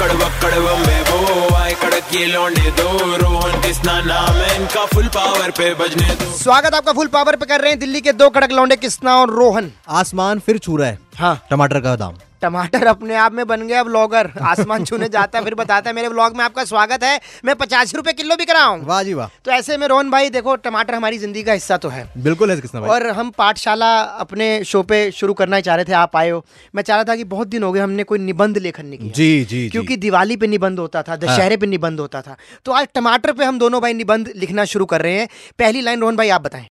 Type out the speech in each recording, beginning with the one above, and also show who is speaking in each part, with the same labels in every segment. Speaker 1: कड़वा कड़वा में वो आए कड़क ये लौंडे दो रोहन किसना नाम है इनका फुल पावर पे बजने दो
Speaker 2: स्वागत आपका फुल पावर पे कर रहे हैं दिल्ली के दो कड़क लौंडे कृष्णा और रोहन
Speaker 3: आसमान फिर छू रहा है
Speaker 2: हाँ
Speaker 3: टमाटर का दाम
Speaker 2: टमाटर अपने आप में बन गया ब्लॉगर आसमान छूने जाता है फिर बताता है मेरे ब्लॉग में आपका स्वागत है मैं पचास रुपए किलो भी कराऊँ
Speaker 3: वाह जी वाह
Speaker 2: तो ऐसे में रोहन भाई देखो टमाटर हमारी जिंदगी का हिस्सा तो है
Speaker 3: बिल्कुल है कृष्णा भाई
Speaker 2: और हम पाठशाला अपने शो पे शुरू करना ही चाह रहे थे आप आए हो मैं चाह रहा था कि बहुत दिन हो गए हमने कोई निबंध लेखन नहीं किया
Speaker 3: जी, जी, जी।
Speaker 2: क्योंकि दिवाली पे निबंध होता था दशहरे पे निबंध होता था तो आज टमाटर पे हम दोनों भाई निबंध लिखना शुरू कर रहे हैं पहली लाइन रोहन भाई आप बताएं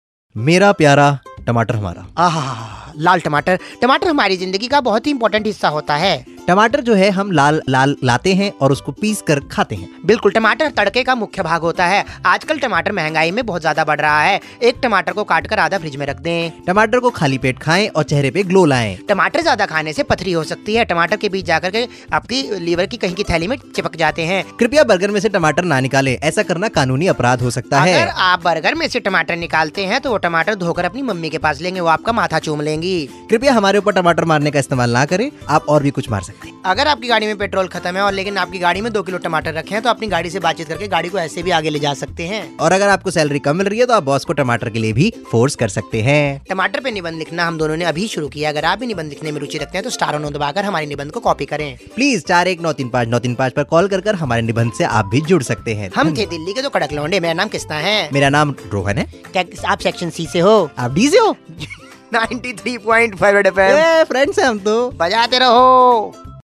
Speaker 3: मेरा प्यारा टमाटर हमारा
Speaker 2: आहा लाल टमाटर टमाटर हमारी जिंदगी का बहुत ही इंपॉर्टेंट हिस्सा होता है
Speaker 3: टमाटर जो है हम लाल लाल लाते हैं और उसको पीस कर खाते हैं
Speaker 2: बिल्कुल टमाटर तड़के का मुख्य भाग होता है आजकल टमाटर महंगाई में बहुत ज्यादा बढ़ रहा है एक टमाटर को काट कर आधा फ्रिज में रख दें
Speaker 3: टमाटर को खाली पेट खाएं और चेहरे पे ग्लो लाएं
Speaker 2: टमाटर ज्यादा खाने से पथरी हो सकती है टमाटर के बीज जाकर के आपकी लीवर की कहीं की थैली में चिपक जाते हैं
Speaker 3: कृपया बर्गर में से टमाटर ना निकालें ऐसा करना कानूनी अपराध हो सकता है
Speaker 2: अगर आप बर्गर में से टमाटर निकालते हैं तो वो टमाटर धोकर अपनी मम्मी के पास लेंगे वो आपका माथा चूम लेंगी
Speaker 3: कृपया हमारे ऊपर टमाटर मारने का इस्तेमाल ना करें आप और भी कुछ मार सकते हैं
Speaker 2: अगर आपकी गाड़ी में पेट्रोल खत्म है और लेकिन आपकी गाड़ी में दो किलो टमाटर रखे हैं तो अपनी गाड़ी से बातचीत करके गाड़ी को ऐसे भी आगे ले जा सकते हैं
Speaker 3: और अगर आपको सैलरी कम मिल रही है तो आप बॉस को टमाटर के लिए भी फोर्स कर सकते हैं
Speaker 2: टमाटर पे निबंध लिखना हम दोनों ने अभी शुरू किया अगर आप भी निबंध लिखने में रुचि रखते हैं तो स्टारों नो दबाकर हमारे निबंध को कॉपी करें
Speaker 3: प्लीज चार एक नौ तीन पाँच नौ तीन पाँच पर कॉल कर कर हमारे निबंध से आप भी जुड़ सकते हैं
Speaker 2: हम थे दिल्ली के दो कड़क लौंडे मेरा नाम किस्ता है
Speaker 3: मेरा नाम रोहन है
Speaker 2: क्या आप सेक्शन सी से हो
Speaker 3: आप डी से हो
Speaker 2: 93.5 थ्री पॉइंट फाइव
Speaker 3: ए, फ्रेंड्स हैं हम तो
Speaker 2: बजाते रहो